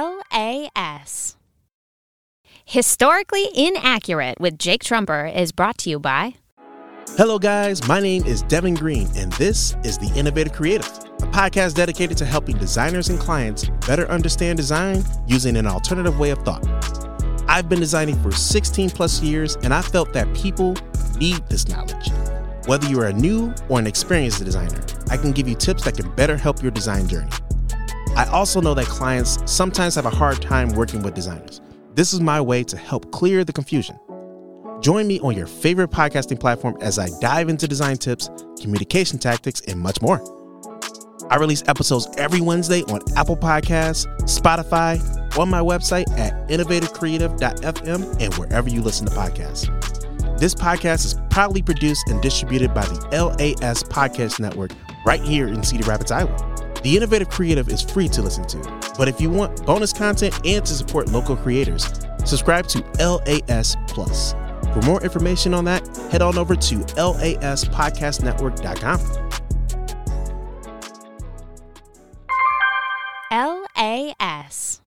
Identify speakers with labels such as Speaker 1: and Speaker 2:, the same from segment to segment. Speaker 1: LAS. Historically Inaccurate with Jake Trumper is brought to you by
Speaker 2: Hello, guys. My name is Devin Green, and this is The Innovative Creative, a podcast dedicated to helping designers and clients better understand design using an alternative way of thought. I've been designing for 16 plus years, and I felt that people need this knowledge. Whether you are a new or an experienced designer, I can give you tips that can better help your design journey. I also know that clients sometimes have a hard time working with designers. This is my way to help clear the confusion. Join me on your favorite podcasting platform as I dive into design tips, communication tactics, and much more. I release episodes every Wednesday on Apple Podcasts, Spotify, on my website at innovativecreative.fm, and wherever you listen to podcasts. This podcast is proudly produced and distributed by the LAS Podcast Network right here in Cedar Rapids, Iowa. The Innovative Creative is free to listen to, but if you want bonus content and to support local creators, subscribe to LAS Plus. For more information on that, head on over to laspodcastnetwork.com.
Speaker 1: LAS.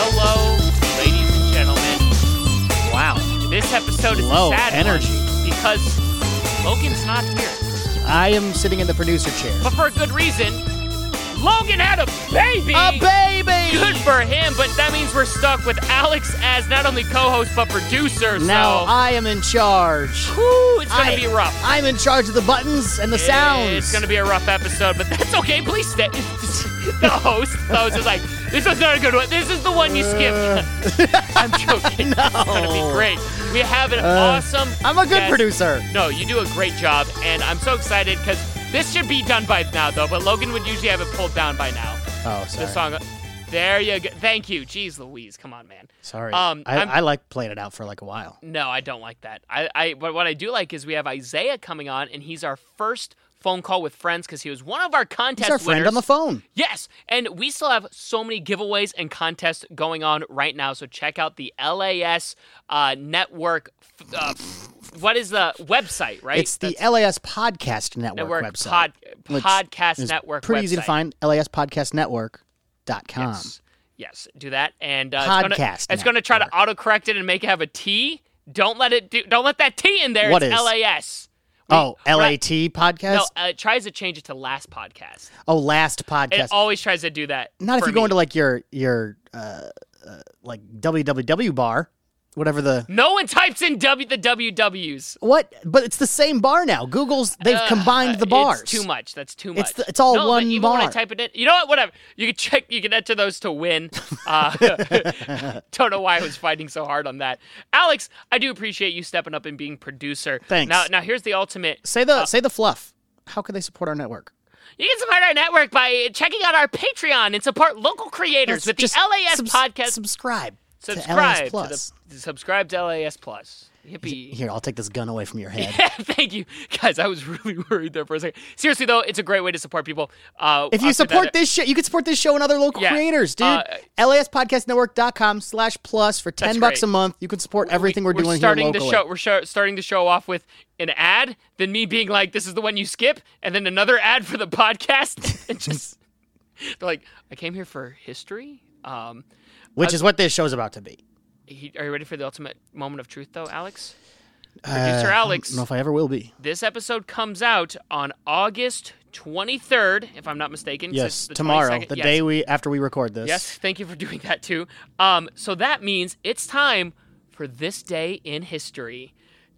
Speaker 3: Hello, ladies and gentlemen.
Speaker 4: Wow.
Speaker 3: This episode is
Speaker 4: Low
Speaker 3: a sad one
Speaker 4: energy.
Speaker 3: because Logan's not here,
Speaker 4: I am sitting in the producer chair.
Speaker 3: but for a good reason. Logan had a baby.
Speaker 4: A baby!
Speaker 3: Good for him, but that means we're stuck with Alex as not only co-host but producer.
Speaker 4: Now
Speaker 3: so
Speaker 4: I am in charge.
Speaker 3: whew, it's gonna
Speaker 4: I-
Speaker 3: be rough.
Speaker 4: I'm in charge of the buttons and the sounds.
Speaker 3: It's gonna be a rough episode, but that's okay. Please stay. the host, the host is like, this is not a good one. This is the one you skipped.
Speaker 4: Uh.
Speaker 3: I'm joking. It's gonna be great. We have an awesome.
Speaker 4: Uh, I'm a good
Speaker 3: guest.
Speaker 4: producer.
Speaker 3: No, you do a great job, and I'm so excited because this should be done by now, though. But Logan would usually have it pulled down by now.
Speaker 4: Oh,
Speaker 3: The
Speaker 4: sorry.
Speaker 3: song. There you go. Thank you. Jeez Louise. Come on, man.
Speaker 4: Sorry.
Speaker 3: Um,
Speaker 4: I,
Speaker 3: I'm-
Speaker 4: I like playing it out for like a while.
Speaker 3: No, I don't like that. I, I but what I do like is we have Isaiah coming on, and he's our first phone call with friends because he was one of our contest
Speaker 4: He's our friend
Speaker 3: winners.
Speaker 4: on the phone.
Speaker 3: yes, and we still have so many giveaways and contests going on right now. So check out the LAS uh, network. f- Uh, f- what is the website? Right,
Speaker 4: It's the
Speaker 3: That's
Speaker 4: LAS Podcast Network,
Speaker 3: network
Speaker 4: website.
Speaker 3: pod,
Speaker 4: which
Speaker 3: podcast
Speaker 4: is
Speaker 3: network.
Speaker 4: Pretty easy to
Speaker 3: website.
Speaker 4: find. LAS Podcast Network.com.
Speaker 3: Yes. Yes, do that, and uh, it's gonna-
Speaker 4: um, Podcast
Speaker 3: It's going to try to
Speaker 4: network.
Speaker 3: autocorrect it and make it have a T. Don't let it do. Don't let that T in there.
Speaker 4: What
Speaker 3: it's
Speaker 4: is?
Speaker 3: LAS.
Speaker 4: Oh, LAT
Speaker 3: No,
Speaker 4: Podcast?
Speaker 3: uh, it tries to change it to last podcast.
Speaker 4: Oh, last
Speaker 3: It
Speaker 4: podcast.
Speaker 3: always tries to do that.
Speaker 4: Not if
Speaker 3: for
Speaker 4: you go
Speaker 3: me.
Speaker 4: into like your your uh, uh, like www bar, whatever the
Speaker 3: No one types in W the WWs.
Speaker 4: what. But it's the same bar now. Google's they've combined the bars.
Speaker 3: It's too much. That's too much.
Speaker 4: It's the- it's all
Speaker 3: no, but
Speaker 4: one
Speaker 3: even When I
Speaker 4: bar.
Speaker 3: type it in, you know what? Whatever. You can check. You can enter those to win. Uh, don't know why I was fighting so hard on that. Alex, I do appreciate you stepping up and being producer.
Speaker 4: Thanks.
Speaker 3: Now, now here's the ultimate.
Speaker 4: Say the say the fluff. How can they support our network?
Speaker 3: You can support our network by checking out our Patreon and support local creators
Speaker 4: Let's
Speaker 3: with
Speaker 4: just
Speaker 3: the LAS
Speaker 4: subs-
Speaker 3: podcast.
Speaker 4: Subscribe.
Speaker 3: subscribe
Speaker 4: to LAS
Speaker 3: to
Speaker 4: Plus.
Speaker 3: the subscribe to LAS Plus. Yippee.
Speaker 4: Here, I'll take this gun away from your head.
Speaker 3: Thank you, guys. I was really worried there for a second. Seriously, though, it's a great way to support people. Uh,
Speaker 4: If you
Speaker 3: after
Speaker 4: support
Speaker 3: that-
Speaker 4: this show, you can support this show and other local
Speaker 3: Yeah.
Speaker 4: creators, dude.
Speaker 3: Uh,
Speaker 4: LASpodcastnetwork.com slash plus for
Speaker 3: That's
Speaker 4: 10 bucks
Speaker 3: great.
Speaker 4: a month. You can support everything are
Speaker 3: we're
Speaker 4: doing here
Speaker 3: starting
Speaker 4: locally.
Speaker 3: the show. We're sho- starting the show off with an ad, then me being like, "This is the one you skip," and then another ad for the podcast. and just they're like, "I came here for history." Um,
Speaker 4: Which is what this show's about to be.
Speaker 3: he, are you ready for the ultimate moment of truth, though, Alex? Producer Alex.
Speaker 4: Uh, I don't know if I ever will be.
Speaker 3: This episode comes out on August 23rd, if I'm not mistaken. so it's
Speaker 4: Yes,
Speaker 3: the
Speaker 4: tomorrow,
Speaker 3: 22nd.
Speaker 4: the
Speaker 3: Yes.
Speaker 4: day we after we record this.
Speaker 3: Yes, thank you for doing that too. Um, so that means it's time for this day in history.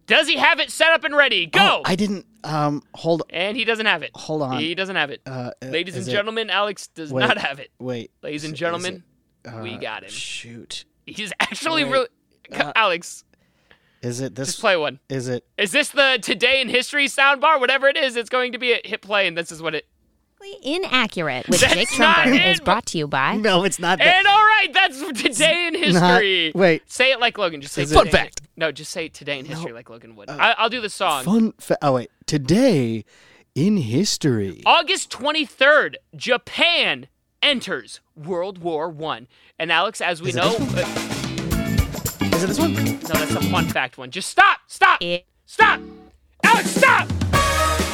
Speaker 3: Does he have it set up and ready? Go!
Speaker 4: Oh, I didn't. Um, hold.
Speaker 3: and he doesn't have it.
Speaker 4: Hold on.
Speaker 3: He doesn't have it.
Speaker 4: Uh, uh,
Speaker 3: Ladies and
Speaker 4: is it-
Speaker 3: gentlemen, Alex does
Speaker 4: Wait.
Speaker 3: not have it.
Speaker 4: Wait.
Speaker 3: Ladies and
Speaker 4: Is it-
Speaker 3: gentlemen,
Speaker 4: is it-
Speaker 3: we
Speaker 4: uh,
Speaker 3: got him.
Speaker 4: Shoot.
Speaker 3: He's actually
Speaker 4: Wait. uh,
Speaker 3: really. Co- Alex,
Speaker 4: Is it this?
Speaker 3: just play one.
Speaker 4: Is it?
Speaker 3: Is this the today in history soundbar? Whatever it is, it's going to be a hit play, and this is what it.
Speaker 1: Historically Inaccurate with
Speaker 3: That's
Speaker 1: Jake
Speaker 3: not
Speaker 1: Trumper
Speaker 3: it.
Speaker 1: is brought to you by
Speaker 4: No, it's not that.
Speaker 3: And all right, that's today in history.
Speaker 4: wait.
Speaker 3: say it like Logan. Just say
Speaker 4: Is it-
Speaker 3: today
Speaker 4: Fun
Speaker 3: in-
Speaker 4: fact. Uh,
Speaker 3: No, just say today in history like Logan would. I, I'll do the song.
Speaker 4: Fun. Fa- oh wait. Today in history.
Speaker 3: Oh. August twenty third, Japan enters World War One. And Alex, as we
Speaker 4: Is it
Speaker 3: know,
Speaker 4: this one?
Speaker 3: uh,
Speaker 4: Is it this one?
Speaker 3: no, that's a fun fact one. Just stop, stop,
Speaker 1: It-
Speaker 3: stop, Alex, stop!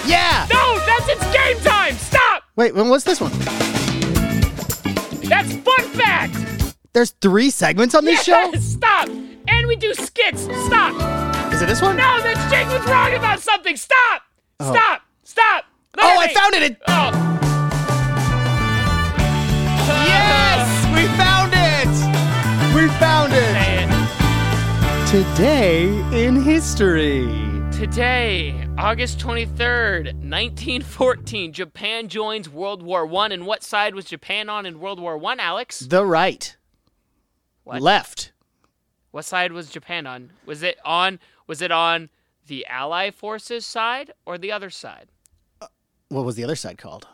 Speaker 4: Yeah.
Speaker 3: No, that's it's game time. Stop!
Speaker 4: Wait, when was this one?
Speaker 3: That's fun fact.
Speaker 4: There's three segments on this
Speaker 3: Yes, stop. And we do skits. Stop.
Speaker 4: show. Is it this one?
Speaker 3: No, that's Jake was wrong about something. Stop.
Speaker 4: Oh.
Speaker 3: Stop. Stop.
Speaker 4: Oh, I found it. it.
Speaker 3: Oh.
Speaker 4: Yes, we found it. We found it.
Speaker 3: Say it.
Speaker 4: Today in history.
Speaker 3: Today, August 23rd, 1914, Japan joins World War One. And what side was Japan on in World War One, Alex?
Speaker 4: The right.
Speaker 3: What?
Speaker 4: Left.
Speaker 3: What side was Japan on? Was it on was it on the Allied forces side or the other side?
Speaker 4: What was the other side called?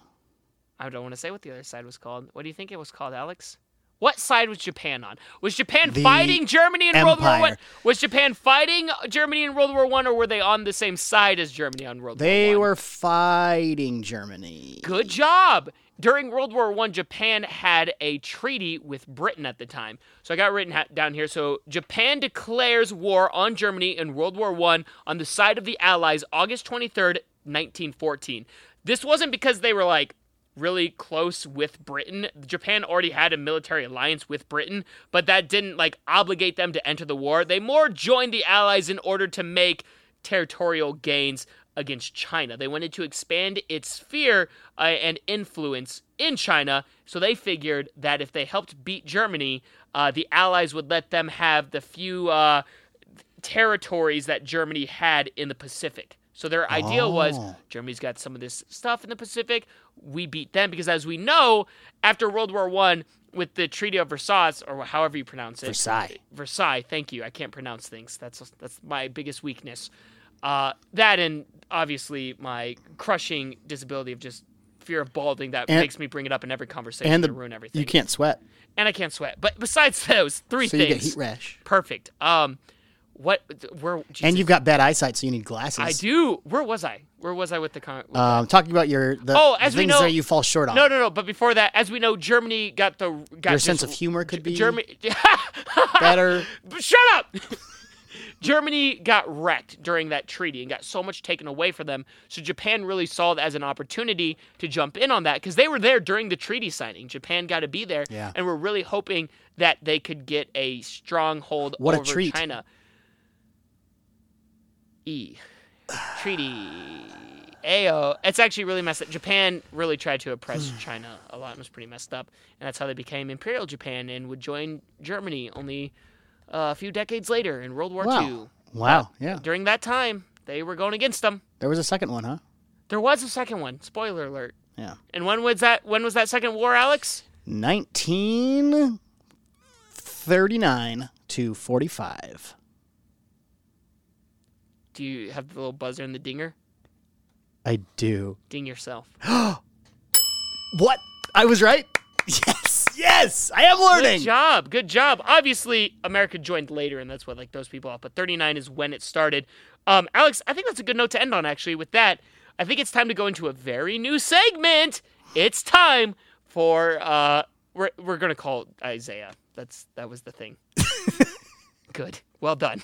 Speaker 3: I don't want to say what the other side was called. What do you think it was called, Alex? What side was Japan on? Was Japan
Speaker 4: The
Speaker 3: fighting Germany in World War One?
Speaker 4: Empire.
Speaker 3: Was Japan fighting Germany in World War One, or were they on the same side as Germany on World War One?
Speaker 4: They were fighting Germany.
Speaker 3: Good job. During World War One, Japan had a treaty with Britain at the time. So I got written ha- down here. So Japan declares war on Germany in World War One on the side of the Allies, August twenty third, nineteen fourteen. This wasn't because they were like really close with Britain. Japan already had a military alliance with Britain, but that didn't like obligate them to enter the war. They more joined the Allies in order to make territorial gains against China. They wanted to expand its sphere uh, and influence in China, so they figured that if they helped beat Germany, uh, the Allies would let them have the few uh, territories that Germany had in the Pacific. So their idea was
Speaker 4: Oh.
Speaker 3: Germany's got some of this stuff in the Pacific. We beat them because, as we know, after World War One, with the Treaty of Versailles, or however you pronounce it,
Speaker 4: Versailles.
Speaker 3: Versailles. Thank you. I can't pronounce things. That's that's my biggest weakness. Uh, that and obviously my crushing disability of just fear of balding that
Speaker 4: And-
Speaker 3: makes me bring it up in every conversation and
Speaker 4: And the
Speaker 3: ruin everything.
Speaker 4: you can't sweat,
Speaker 3: and I can't sweat. But besides those three
Speaker 4: so you
Speaker 3: things,
Speaker 4: get heat rash.
Speaker 3: perfect. Um, what where
Speaker 4: And
Speaker 3: Jesus.
Speaker 4: you've got bad eyesight, so you need glasses.
Speaker 3: I do. Where was I? Where was I with the con?
Speaker 4: Um, talking about your the
Speaker 3: Oh, as we
Speaker 4: things
Speaker 3: know-
Speaker 4: that you fall short on.
Speaker 3: no, no, no. But before that, as we know, Germany got the got
Speaker 4: your
Speaker 3: just-
Speaker 4: sense of humor could be
Speaker 3: Germany.
Speaker 4: better.
Speaker 3: But Shut up! Germany got wrecked during that treaty and got so much taken away from them. So Japan really saw it as an opportunity to jump in on that because they were there during the treaty signing. Japan got to be there,
Speaker 4: Yeah.
Speaker 3: and we're really hoping that they could get a stronghold
Speaker 4: What a
Speaker 3: over
Speaker 4: treat.
Speaker 3: China. E treaty. Ayo, it's actually really messed up. Japan really tried to oppress China a lot and was pretty messed up, and that's how they became Imperial Japan and would join Germany only uh, a few decades later in World War
Speaker 4: Wow.
Speaker 3: II.
Speaker 4: Wow. Yeah.
Speaker 3: During that time, they were going against them.
Speaker 4: There was a second one, huh?
Speaker 3: There was a second one. Spoiler alert.
Speaker 4: Yeah.
Speaker 3: And when was that? When was that second war, Alex?
Speaker 4: 1939 to 45.
Speaker 3: Do you have the little buzzer and the dinger?
Speaker 4: I do.
Speaker 3: Ding yourself.
Speaker 4: What? I was right? Yes. Yes. I am learning.
Speaker 3: Good job. Good job. Obviously, America joined later, and that's what like those people off. But 39 is when it started. Um, Alex, I think that's a good note to end on. Actually, with that, I think it's time to go into a very new segment. It's time for uh, we're we're gonna call Isaiah. That's that was the thing. good. Well done.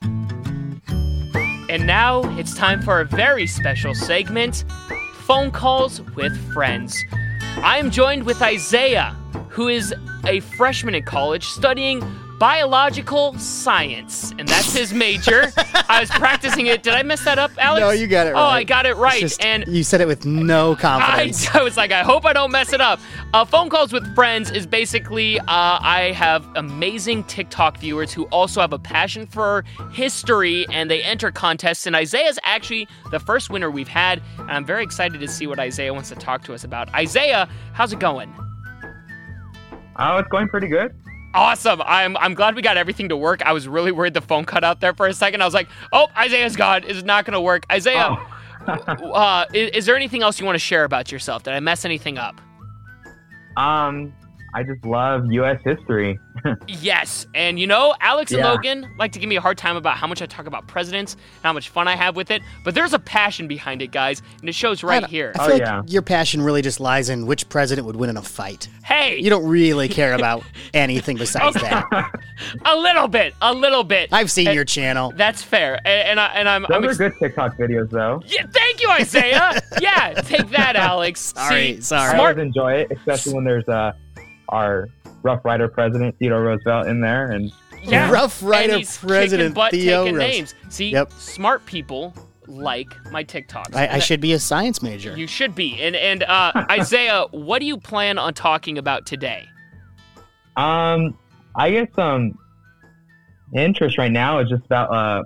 Speaker 3: And now it's time for a very special segment Phone Calls with Friends. I am joined with Isaiah, who is a freshman at college studying biological science, and that's his major. I was practicing it. Did I mess that up, Alex?
Speaker 4: No, you got it
Speaker 3: Oh,
Speaker 4: right.
Speaker 3: I got it
Speaker 4: It's
Speaker 3: right.
Speaker 4: just-
Speaker 3: and
Speaker 4: you said it with no confidence.
Speaker 3: I, I was like, I hope I don't mess it up. Uh, phone calls with friends is basically uh, I have amazing TikTok viewers who also have a passion for history and they enter contests. And Isaiah's actually the first winner we've had. And I'm very excited to see what Isaiah wants to talk to us about. Isaiah, how's it going?
Speaker 5: Oh, it's going pretty good.
Speaker 3: Awesome. I'm I'm glad we got everything to work. I was really worried the phone cut out there for a second. I was like, oh, Isaiah's gone. It's not going to work. Isaiah, w- uh, is, is there anything else you want to share about yourself? Did I mess anything up?
Speaker 5: Um, I just love U.S. history.
Speaker 3: Yes, and you know, Alex and
Speaker 5: Yeah.
Speaker 3: Logan like to give me a hard time about how much I talk about presidents and how much fun I have with it, but there's a passion behind it, guys, and it shows right
Speaker 4: I-
Speaker 3: here.
Speaker 4: I
Speaker 5: Oh,
Speaker 4: feel like
Speaker 5: yeah.
Speaker 4: your passion really just lies in which president would win in a fight.
Speaker 3: hey,
Speaker 4: You don't really care about anything besides that.
Speaker 3: a little bit, a little bit.
Speaker 4: I've seen
Speaker 3: And
Speaker 4: your channel.
Speaker 3: That's fair, and, and, I, and I'm.
Speaker 5: Those
Speaker 3: I'm
Speaker 5: are
Speaker 3: ex-
Speaker 5: good TikTok videos, though.
Speaker 3: Yeah, thank you, Isaiah. yeah, take that, Alex.
Speaker 4: Sorry,
Speaker 3: See,
Speaker 4: sorry.
Speaker 5: I
Speaker 3: Smart.
Speaker 5: always enjoy it, especially when there's uh, our Rough Rider president Theodore Roosevelt in there, and
Speaker 3: Yeah.
Speaker 4: Rough Rider
Speaker 3: and he's kicking
Speaker 4: President
Speaker 3: butt,
Speaker 4: Theo
Speaker 3: taking
Speaker 4: Rose.
Speaker 3: names. See,
Speaker 4: Yep.
Speaker 3: smart people like my TikToks.
Speaker 4: I, I
Speaker 3: And
Speaker 4: should be a science major.
Speaker 3: You should be. And and uh, Isaiah, what do you plan on talking about today?
Speaker 5: Um, I guess um, interest right now is just about uh,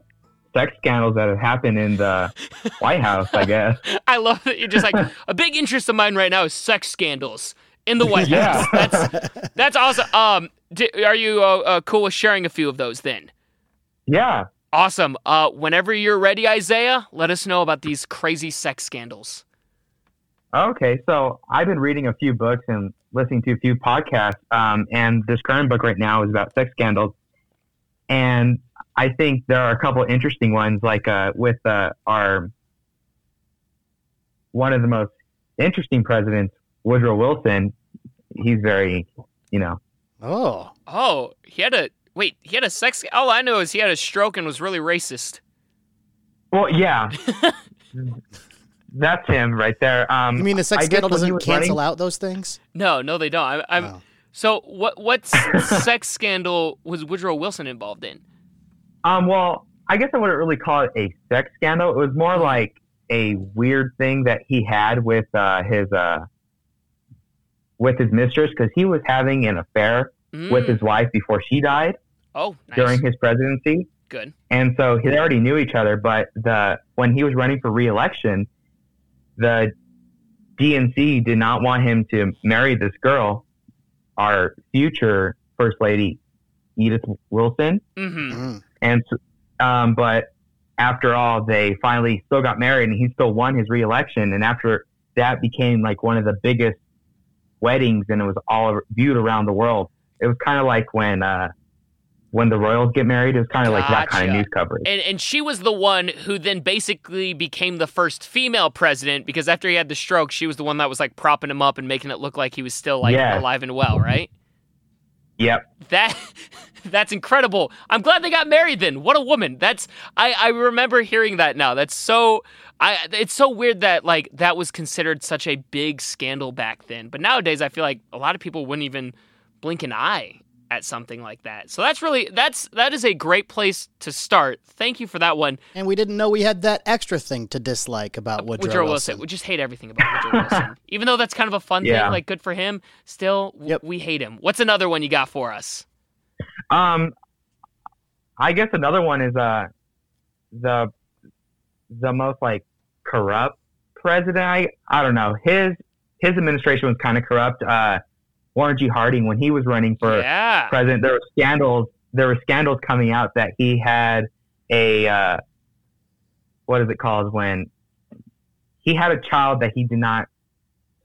Speaker 5: sex scandals that have happened in the White House. I guess.
Speaker 3: I love that you're just like a big interest of mine right now is sex scandals in the White
Speaker 5: Yeah.
Speaker 3: House. That's that's awesome. Um, d are you uh, uh, cool with sharing a few of those then?
Speaker 5: Yeah.
Speaker 3: Awesome. Uh, whenever you're ready, Isaiah, let us know about these crazy sex scandals.
Speaker 5: Okay. So I've been reading a few books and listening to a few podcasts. Um, and this current book right now is about sex scandals, and I think there are a couple interesting ones, like uh, with uh, our one of the most interesting presidents, Woodrow Wilson. He's very, you know,
Speaker 4: Oh,
Speaker 3: Oh, he had a wait. He had a sex. All I know is he had a stroke and was really racist.
Speaker 5: Well, yeah, that's him right there. Um,
Speaker 4: you mean the
Speaker 5: I
Speaker 4: sex
Speaker 5: guess
Speaker 4: scandal
Speaker 5: when he
Speaker 4: doesn't
Speaker 5: was
Speaker 4: cancel
Speaker 5: running-
Speaker 4: out those things?
Speaker 3: No, no, they don't. I, I'm.
Speaker 4: Oh.
Speaker 3: So what? What s- sex scandal was Woodrow Wilson involved in?
Speaker 5: Um, well, I guess I wouldn't really call it a sex scandal. It was more like a weird thing that he had with uh, his uh, with his mistress because he was having an affair with
Speaker 3: Mm.
Speaker 5: his wife before she died
Speaker 3: Oh, nice.
Speaker 5: during his presidency.
Speaker 3: Good.
Speaker 5: And so they already knew each other, but the when he was running for reelection, the DNC did not want him to marry this girl, our future first lady, Edith Wilson.
Speaker 3: Mm-hmm.
Speaker 4: Mm.
Speaker 5: And s- um, but after all, they finally still got married, and he still won his reelection. And after that, became like one of the biggest weddings, and it was all viewed around the world. It was kind of like when uh, when the royals get married. It was kind of like that kind of
Speaker 3: Gotcha.
Speaker 5: news coverage.
Speaker 3: And and she was the one who then basically became the first female president because after he had the stroke, she was the one that was like propping him up and making it look like he was still like
Speaker 5: Yes.
Speaker 3: alive and well, right?
Speaker 5: Yep.
Speaker 3: That that's incredible. I'm glad they got married then. What a woman. That's I I remember hearing that now. That's so I it's so weird that like that was considered such a big scandal back then. But nowadays I feel like a lot of people wouldn't even blink an eye at something like that. So that's really that's that is a great place to start. Thank you for that one.
Speaker 4: And we didn't know we had that extra thing to dislike about Uh, Woodrow,
Speaker 3: Uh, Wilson. We just hate everything about Woodrow Wilson. Even though that's kind of a fun
Speaker 5: Yeah.
Speaker 3: thing, like good for him, still w-
Speaker 4: Yep.
Speaker 3: we hate him. What's another one you got for us?
Speaker 5: Um, I guess another one is uh, the the most like corrupt president. I I don't know his his administration was kind of corrupt. Uh, Warren G. Harding when he was running for
Speaker 3: yeah.
Speaker 5: president, there were scandals. There were scandals coming out that he had a uh, what is it called when he had a child that he did not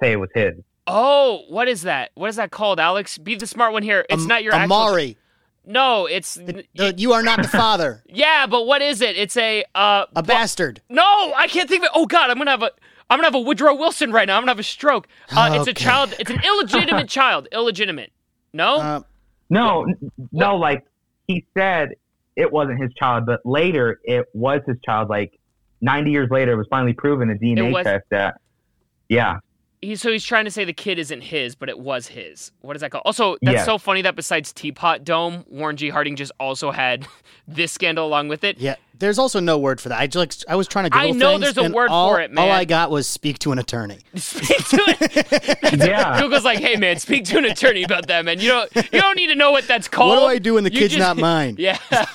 Speaker 5: say was his.
Speaker 3: Oh, what is that? What is that called, Alex? Be the smart one here. It's
Speaker 4: Am-
Speaker 3: not your actual.
Speaker 4: Amari.
Speaker 3: No, it's
Speaker 4: the- you are not the father.
Speaker 3: yeah, but what is it? It's a uh.
Speaker 4: A bastard.
Speaker 3: no, I can't think of it. Oh God, I'm gonna have a. I'm gonna have a Woodrow Wilson right now. I'm gonna have a stroke. Uh, It's a
Speaker 4: Okay.
Speaker 3: child. It's an illegitimate child. Illegitimate. No.
Speaker 4: Uh,
Speaker 5: No, n- no, like he said it wasn't his child, but later it was his child. Like 90 years later, it was finally proven a
Speaker 3: It
Speaker 5: DNA
Speaker 3: was-
Speaker 5: test that, yeah,
Speaker 3: He, so he's trying to say the kid isn't his, but it was his. What is that called? Also, that's
Speaker 5: Yeah.
Speaker 3: so funny that besides Teapot Dome, Warren G. Harding just also had this scandal along with it.
Speaker 4: yeah. There's also no word for that. I just like I was trying to
Speaker 3: I
Speaker 4: Google
Speaker 3: know
Speaker 4: things,
Speaker 3: there's a
Speaker 4: and
Speaker 3: word
Speaker 4: all-
Speaker 3: for it, man.
Speaker 4: All I got was speak to an attorney.
Speaker 3: Speak to it.
Speaker 5: yeah,
Speaker 3: Google's like, hey man, speak to an attorney about that, man. You don't you don't need to know what that's called.
Speaker 4: What do I do when the
Speaker 3: You
Speaker 4: kid's
Speaker 3: just-
Speaker 4: not mine?
Speaker 3: Yeah.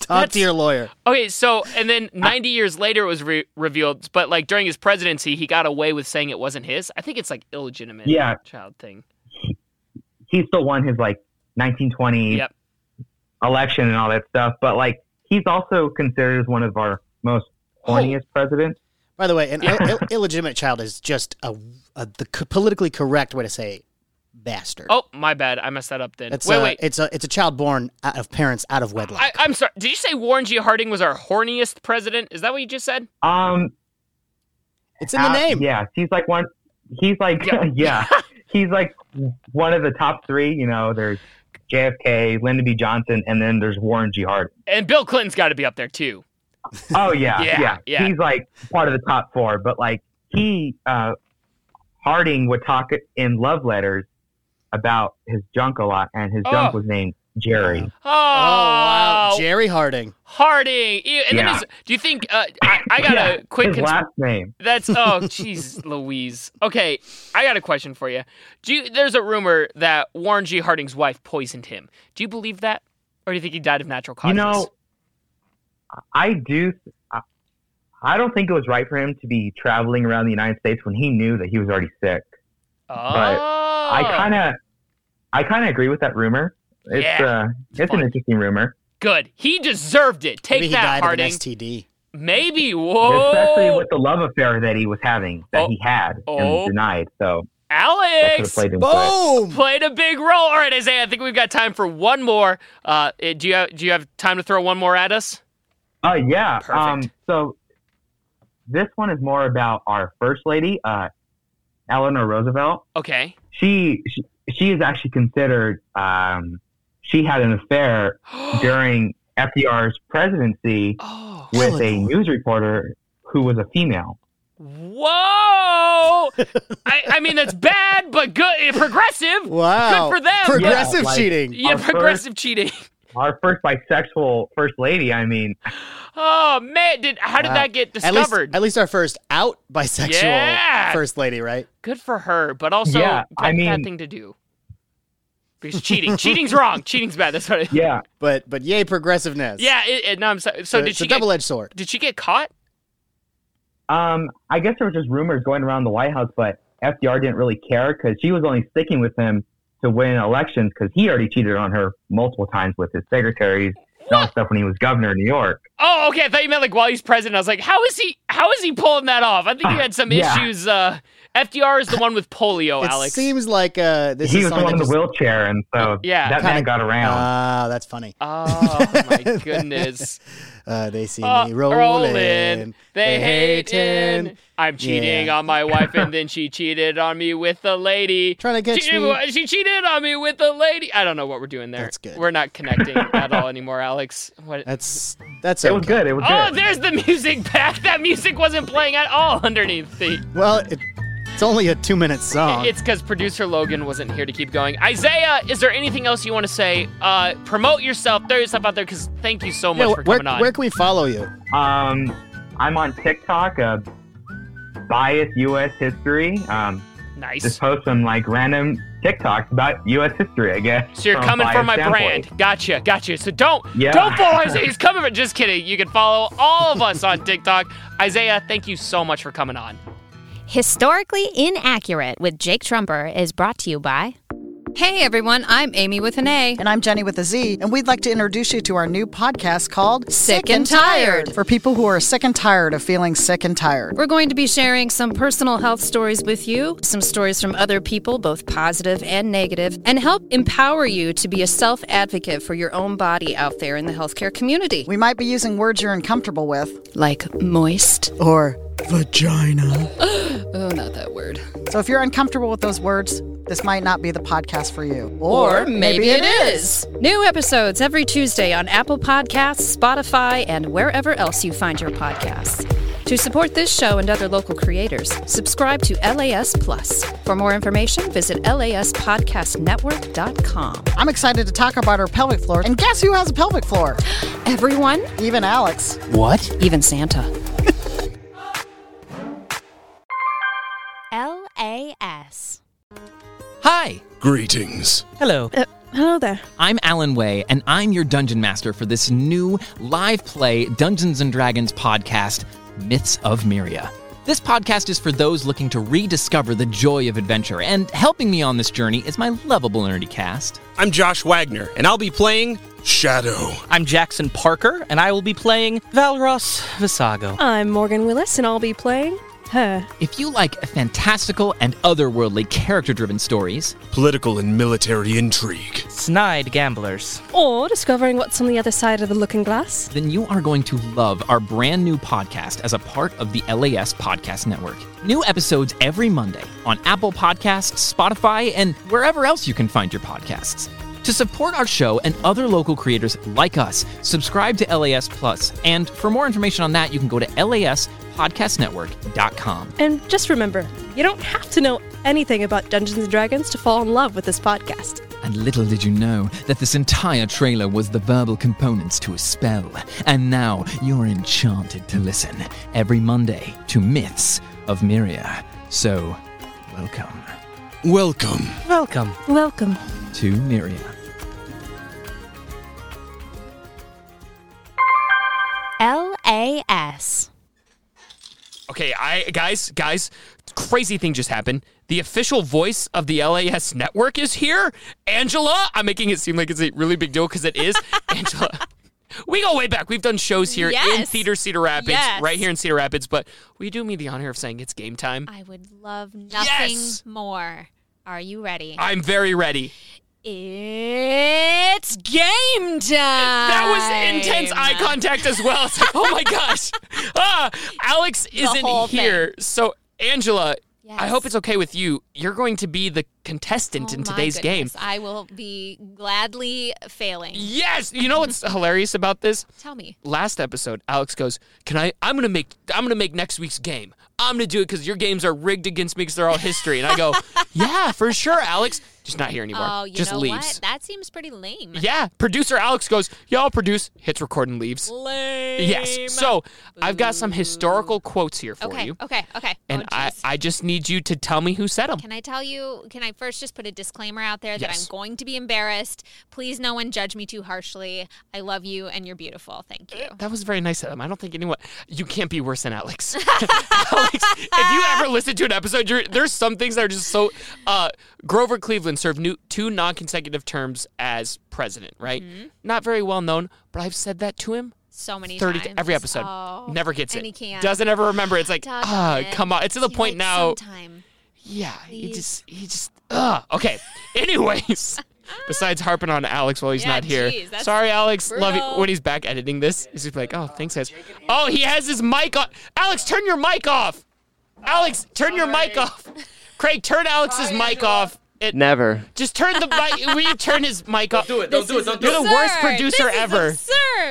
Speaker 4: Talk to your lawyer.
Speaker 3: Okay, so and then 90 years later it was re- revealed, but like during his presidency, he got away with saying it wasn't his. I think it's like illegitimate
Speaker 5: Yeah.
Speaker 3: child thing.
Speaker 5: he still won his like 1920
Speaker 3: Yep.
Speaker 5: election and all that stuff. But like he's also considered as one of our most
Speaker 3: Oh.
Speaker 5: horniest presidents.
Speaker 4: By the way, an Ill- illegitimate child is just a, a the c- politically correct way to say bastard.
Speaker 3: Oh, my bad. I messed that up then.
Speaker 4: It's
Speaker 3: wait,
Speaker 4: a,
Speaker 3: wait.
Speaker 4: It's a it's a child born out of parents out of wedlock.
Speaker 3: I, I'm sorry. Did you say Warren G. Harding was our horniest president? Is that what you just said?
Speaker 5: Um,
Speaker 4: it's in the
Speaker 5: Uh,
Speaker 4: name.
Speaker 5: Yeah, he's like one. He's like
Speaker 3: Yeah.
Speaker 5: yeah. he's like one of the top three. You know, there's JFK, Lyndon B. Johnson, and then there's Warren G. Harding.
Speaker 3: And Bill Clinton's got to be up there too.
Speaker 5: Oh yeah,
Speaker 3: Yeah,
Speaker 5: yeah,
Speaker 3: yeah.
Speaker 5: He's like part of the top four, but like he uh, Harding would talk in love letters about his junk a lot, and his junk
Speaker 3: Oh.
Speaker 5: was named Jerry.
Speaker 3: Oh,
Speaker 4: Oh wow, Jerry Harding.
Speaker 3: Harding. Ew, And then
Speaker 5: Yeah.
Speaker 3: his, do you think uh, I, I got
Speaker 5: Yeah,
Speaker 3: a quick?
Speaker 5: his
Speaker 3: cons-
Speaker 5: last name.
Speaker 3: That's oh, jeez, Louise. Okay, I got a question for you. Do you, there's a rumor that Warren G. Harding's wife poisoned him. Do you believe that, or do you think he died of natural causes?
Speaker 5: You know, I do. I- I don't think it was right for him to be traveling around the United States when he knew that he was already sick.
Speaker 3: oh,
Speaker 5: I kind of, I kind of agree with that rumor. It's
Speaker 3: Yeah.
Speaker 5: uh, it's, an
Speaker 3: fine.
Speaker 5: interesting rumor.
Speaker 3: good. He deserved it. Take
Speaker 4: Maybe he
Speaker 3: that,
Speaker 4: died
Speaker 3: Harding.
Speaker 4: of an STD.
Speaker 3: Maybe. Whoa,
Speaker 5: Especially with the love affair that he was having, that
Speaker 3: Oh.
Speaker 5: he had
Speaker 3: Oh.
Speaker 5: and denied. So that could have
Speaker 3: Alex.
Speaker 5: played into it.
Speaker 4: Boom.
Speaker 3: Played a big role. All right, Isaiah. I think we've got time for one more. Uh, eh, do you have, do you have time to throw one more at us?
Speaker 5: Oh yeah.
Speaker 3: Perfect.
Speaker 5: Um, so this one is more about our first lady, uh, Eleanor Roosevelt.
Speaker 3: Okay.
Speaker 5: she she, she is actually considered um, she had an affair during FDR's presidency
Speaker 3: oh.
Speaker 5: with a
Speaker 4: Eleanor.
Speaker 5: news reporter who was a female.
Speaker 3: Whoa! I, I mean, that's bad, but good. eh, Progressive.
Speaker 4: Wow.
Speaker 3: Good for them.
Speaker 4: Progressive
Speaker 5: Yeah, like-
Speaker 4: cheating.
Speaker 3: Yeah,
Speaker 5: Our first-
Speaker 3: progressive cheating.
Speaker 5: Our first bisexual first lady. I mean,
Speaker 3: Oh man, did how did
Speaker 4: Wow.
Speaker 3: that get
Speaker 4: At least,
Speaker 3: discovered?
Speaker 4: at least our first out bisexual
Speaker 3: Yeah.
Speaker 4: first lady, right?
Speaker 3: good for her, but also
Speaker 5: Yeah, I
Speaker 3: bad- bad
Speaker 5: mean-
Speaker 3: thing to do. Because cheating, cheating's wrong. Cheating's bad. That's what. I,
Speaker 5: yeah,
Speaker 4: But but yay progressiveness.
Speaker 3: yeah. It, it- no, I'm sorry. So
Speaker 4: So
Speaker 3: did
Speaker 4: it's
Speaker 3: she
Speaker 4: a
Speaker 3: get?
Speaker 4: double edged sword.
Speaker 3: Did she get caught?
Speaker 5: um, I guess there was just rumors going around the White House, but FDR didn't really care because she was only sticking with him to win elections because he already cheated on her multiple times with his secretaries and all that stuff when he was governor of New York.
Speaker 3: Oh, okay. I thought you meant like while he's president. I was like, how is he? How is he pulling that off? I think he had some
Speaker 5: Yeah.
Speaker 3: issues. Uh, FDR is the one with polio,
Speaker 4: it
Speaker 3: Oh, Alex.
Speaker 4: seems like uh, this
Speaker 5: he
Speaker 4: is
Speaker 5: was the
Speaker 4: something
Speaker 5: one in
Speaker 4: that
Speaker 5: the
Speaker 4: just,
Speaker 5: wheelchair, and so
Speaker 3: Yeah.
Speaker 5: that
Speaker 4: Kinda-
Speaker 5: man got around.
Speaker 4: Ah, that's funny.
Speaker 3: oh my goodness.
Speaker 4: Uh, they see
Speaker 3: Uh,
Speaker 4: me rolling.
Speaker 3: rolling. They, hating. I'm cheating
Speaker 4: Yeah.
Speaker 3: on my wife, and then she cheated on me with a lady.
Speaker 4: Trying to catch
Speaker 3: She,
Speaker 4: me.
Speaker 3: she cheated on me with a lady. I don't know what we're doing there.
Speaker 4: That's good.
Speaker 3: We're not connecting at all anymore, Alex. What?
Speaker 4: That's that's
Speaker 5: It was
Speaker 4: okay.
Speaker 5: good. It was
Speaker 3: Oh,
Speaker 5: good.
Speaker 3: there's the music back. That music wasn't playing at all underneath the.
Speaker 4: Well, it, it's only a two minute song.
Speaker 3: It's because producer Logan wasn't here to keep going. Isaiah, is there anything else you want to say? Uh, promote yourself, throw yourself out there, because thank you so much
Speaker 4: Yeah,
Speaker 3: for
Speaker 4: where,
Speaker 3: coming on.
Speaker 4: where can we follow you?
Speaker 3: Oh.
Speaker 5: Um, I'm on TikTok, uh, bias U.S. history. Um,
Speaker 3: nice.
Speaker 5: just post some like random TikToks about U.S. history, I guess.
Speaker 3: So you're
Speaker 5: from a
Speaker 3: coming for
Speaker 5: bias
Speaker 3: my
Speaker 5: standpoint.
Speaker 3: brand. Gotcha, gotcha. So don't
Speaker 5: Yeah.
Speaker 3: don't follow Isaiah. He's coming for just kidding. You can follow all of us on TikTok. Isaiah, thank you so much for coming on.
Speaker 1: Historically Inaccurate with Jake Trumper is brought to you by
Speaker 6: Hey everyone, I'm Amy with an A.
Speaker 7: And I'm Jenny with a Z, and we'd like to introduce you to our new podcast called
Speaker 6: Sick and Tired.
Speaker 7: For people who are sick and tired of feeling sick and tired.
Speaker 6: We're going to be sharing some personal health stories with you, some stories from other people, both positive and negative, and help empower you to be a self advocate for your own body out there in the healthcare community.
Speaker 7: We might be using words you're uncomfortable with,
Speaker 6: Like moist.
Speaker 7: or vagina.
Speaker 6: Oh, not that word.
Speaker 7: So if you're uncomfortable with those words, this might not be the podcast for you.
Speaker 6: New episodes every Tuesday on Apple Podcasts, Spotify, and wherever else you find your podcasts. To support this show and other local creators, subscribe to LAS Plus. For more information, visit laspodcastnetwork.com.
Speaker 7: I'm excited to talk about our pelvic floor, and guess who has a pelvic floor?
Speaker 6: Everyone,
Speaker 7: Even Alex.
Speaker 4: What?
Speaker 6: even Santa.
Speaker 1: LAS.
Speaker 8: Hi,
Speaker 9: Greetings.
Speaker 10: Hello,
Speaker 6: Uh, Hello there.
Speaker 10: I'm Alan Way, and I'm your dungeon master for this new live play Dungeons and Dragons podcast, Myths of Myria. This podcast is for those looking to rediscover the joy of adventure, and helping me on this journey is my lovable nerdy cast.
Speaker 9: I'm Josh Wagner, and I'll be playing Shadow.
Speaker 11: I'm Jackson Parker, and I will be playing Valros Visago.
Speaker 12: I'm Morgan Willis, and I'll be playing
Speaker 6: Huh.
Speaker 10: If you like fantastical and otherworldly character driven stories,
Speaker 9: Political and military intrigue.
Speaker 8: Snide gamblers.
Speaker 6: Or discovering what's on the other side of the looking glass.
Speaker 10: then you are going to love our brand new podcast as a part of the LAS Podcast Network. New episodes every Monday on Apple Podcasts, Spotify, and wherever else you can find your podcasts. To support our show and other local creators like us, subscribe to LAS Plus. And for more information on that, you can go to laspodcastnetwork.com.
Speaker 11: And just remember, you don't have to know anything about Dungeons and Dragons to fall in love with this podcast.
Speaker 10: And little did you know that this entire trailer was the verbal components to a spell. And now you're enchanted to listen every Monday to Myths of Myria. So, welcome
Speaker 9: Welcome.
Speaker 8: Welcome.
Speaker 11: Welcome.
Speaker 10: to Myria.
Speaker 1: LAS.
Speaker 3: Okay, I guys, guys, crazy thing just happened. The official voice of the LAS network is here, Angela. I'm making it seem like it's a really big deal because it is, Angela. We go way back. We've done shows here in
Speaker 1: Yes.
Speaker 3: theater Cedar Rapids,
Speaker 1: Yes.
Speaker 3: right here in Cedar Rapids. But will you do me the honor of saying it's game time?
Speaker 1: I would love nothing
Speaker 3: Yes!
Speaker 1: more. Are you ready?
Speaker 3: I'm very ready.
Speaker 1: It's game time.
Speaker 3: That was intense eye contact as well. It's like, oh my gosh. Ah, Alex
Speaker 1: whole
Speaker 3: isn't
Speaker 1: thing.
Speaker 3: here. So, Angela, I
Speaker 1: Yes.
Speaker 3: hope it's okay with you. You're going to be the contestant
Speaker 1: Oh
Speaker 3: in
Speaker 1: my
Speaker 3: today's game.
Speaker 1: goodness, I will be gladly failing.
Speaker 3: Yes. You know what's hilarious about this?
Speaker 1: Tell me.
Speaker 3: Last episode, Alex goes, "Can I? I'm gonna make. I'm gonna make next week's game. I'm gonna do it because your games are rigged against me because they're all history." And I go, "Yeah, for sure, Alex. Just not here anymore.
Speaker 1: Oh, you
Speaker 3: Just
Speaker 1: know
Speaker 3: leaves."
Speaker 1: what? That seems pretty lame.
Speaker 3: Yeah. Producer Alex goes, "Y'all produce." Hits record and leaves.
Speaker 1: Lame.
Speaker 3: Yes. So I've got some historical quotes here for
Speaker 1: Okay.
Speaker 3: you.
Speaker 1: Okay. Okay.
Speaker 3: And
Speaker 1: oh,
Speaker 3: I,
Speaker 1: jeez.
Speaker 3: I just need you to tell me who said them.
Speaker 1: Can I tell you? Can I first just put a disclaimer out there that
Speaker 3: Yes.
Speaker 1: I'm going to be embarrassed? Please, no one judge me too harshly. I love you and you're beautiful. Thank you.
Speaker 3: That was very nice of them. I don't think anyone. You can't be worse than Alex. Alex, if you ever listen to an episode, you're, there's some things that are just so. Uh, Grover Cleveland served new, two non-consecutive terms as president, right? Not very well known, but I've said that to him
Speaker 1: So Mm-hmm. many
Speaker 3: 30
Speaker 1: times.
Speaker 3: every episode.
Speaker 1: Oh,
Speaker 3: Never gets
Speaker 1: and
Speaker 3: it.
Speaker 1: He can't.
Speaker 3: Doesn't ever remember. It's like,
Speaker 1: Doggone
Speaker 3: ah,
Speaker 1: it.
Speaker 3: come on. It's to the
Speaker 1: See,
Speaker 3: point
Speaker 1: like,
Speaker 3: now.
Speaker 1: Sometime.
Speaker 3: Yeah, he
Speaker 1: Please.
Speaker 3: just, he just, ugh. Okay. Anyways, besides harping on Alex while he's
Speaker 1: Yeah,
Speaker 3: not here.
Speaker 1: geez, that's
Speaker 3: Sorry, Alex. Love
Speaker 1: brutal.
Speaker 3: you. When he's back editing this, he's just like, oh, thanks, guys. Oh, he has his mic on. Alex, turn your mic off.
Speaker 1: Oh,
Speaker 3: Alex, turn your mic off. Craig, turn Alex's mic off. It,
Speaker 12: Never.
Speaker 3: just turn the mic. Will you turn his mic off? Don't do it.
Speaker 12: Don't do it. Don't do
Speaker 3: You're the
Speaker 12: it.
Speaker 3: worst
Speaker 1: Absurd.
Speaker 3: producer
Speaker 1: This is
Speaker 3: ever.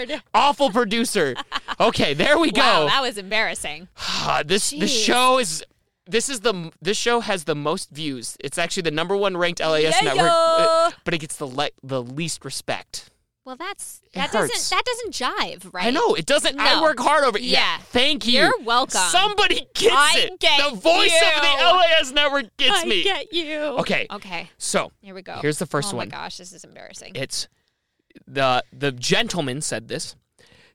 Speaker 1: absurd.
Speaker 3: Awful producer. Okay, there we go.
Speaker 1: Wow, that was embarrassing.
Speaker 3: Ah, this the
Speaker 1: Jeez.
Speaker 3: show is this is the this show has the most views. It's actually the number one ranked LAS network,
Speaker 1: Yayo.
Speaker 3: uh, but it gets the le- the least respect.
Speaker 1: Well, that's
Speaker 3: It
Speaker 1: that
Speaker 3: hurts.
Speaker 1: doesn't that doesn't jive, right?
Speaker 3: I know it doesn't. I
Speaker 1: No.
Speaker 3: work hard over it.
Speaker 1: Yeah.
Speaker 3: thank you.
Speaker 1: You're welcome.
Speaker 3: Somebody gets
Speaker 1: I
Speaker 3: it.
Speaker 1: get
Speaker 3: the voice of the
Speaker 1: you.
Speaker 3: LAS network gets
Speaker 11: I
Speaker 3: me.
Speaker 11: get you.
Speaker 3: okay,
Speaker 1: Okay.
Speaker 3: so
Speaker 1: Here we go.
Speaker 3: Here's the first
Speaker 1: oh
Speaker 3: one.
Speaker 1: Oh my gosh, this is embarrassing.
Speaker 3: It's the the gentleman said this.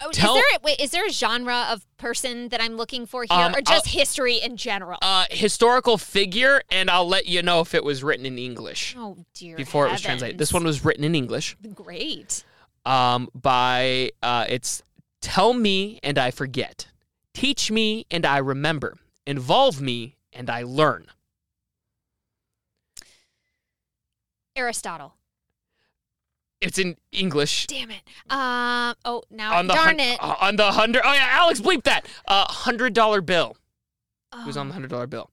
Speaker 1: Oh,
Speaker 3: tell-
Speaker 1: is there a, wait, is there a genre of person that I'm looking for here,
Speaker 3: Um,
Speaker 1: or just
Speaker 3: I'll-
Speaker 1: history in general?
Speaker 3: Uh, historical figure, and I'll let you know if it was written in English
Speaker 1: oh dear.
Speaker 3: before it was translated. This one was written in English.
Speaker 1: was great.
Speaker 3: um, by uh, it's tell me and I forget, teach me and I remember, involve me and I learn.
Speaker 1: Aristotle.
Speaker 3: It's in English.
Speaker 1: Damn it. Um. Oh, now
Speaker 3: the
Speaker 1: darn
Speaker 3: hun-
Speaker 1: it.
Speaker 3: uh, on the hundred. Oh yeah, Alex, bleep that. Uh, hundred dollar bill.
Speaker 1: Oh,
Speaker 3: It was on the hundred dollar bill.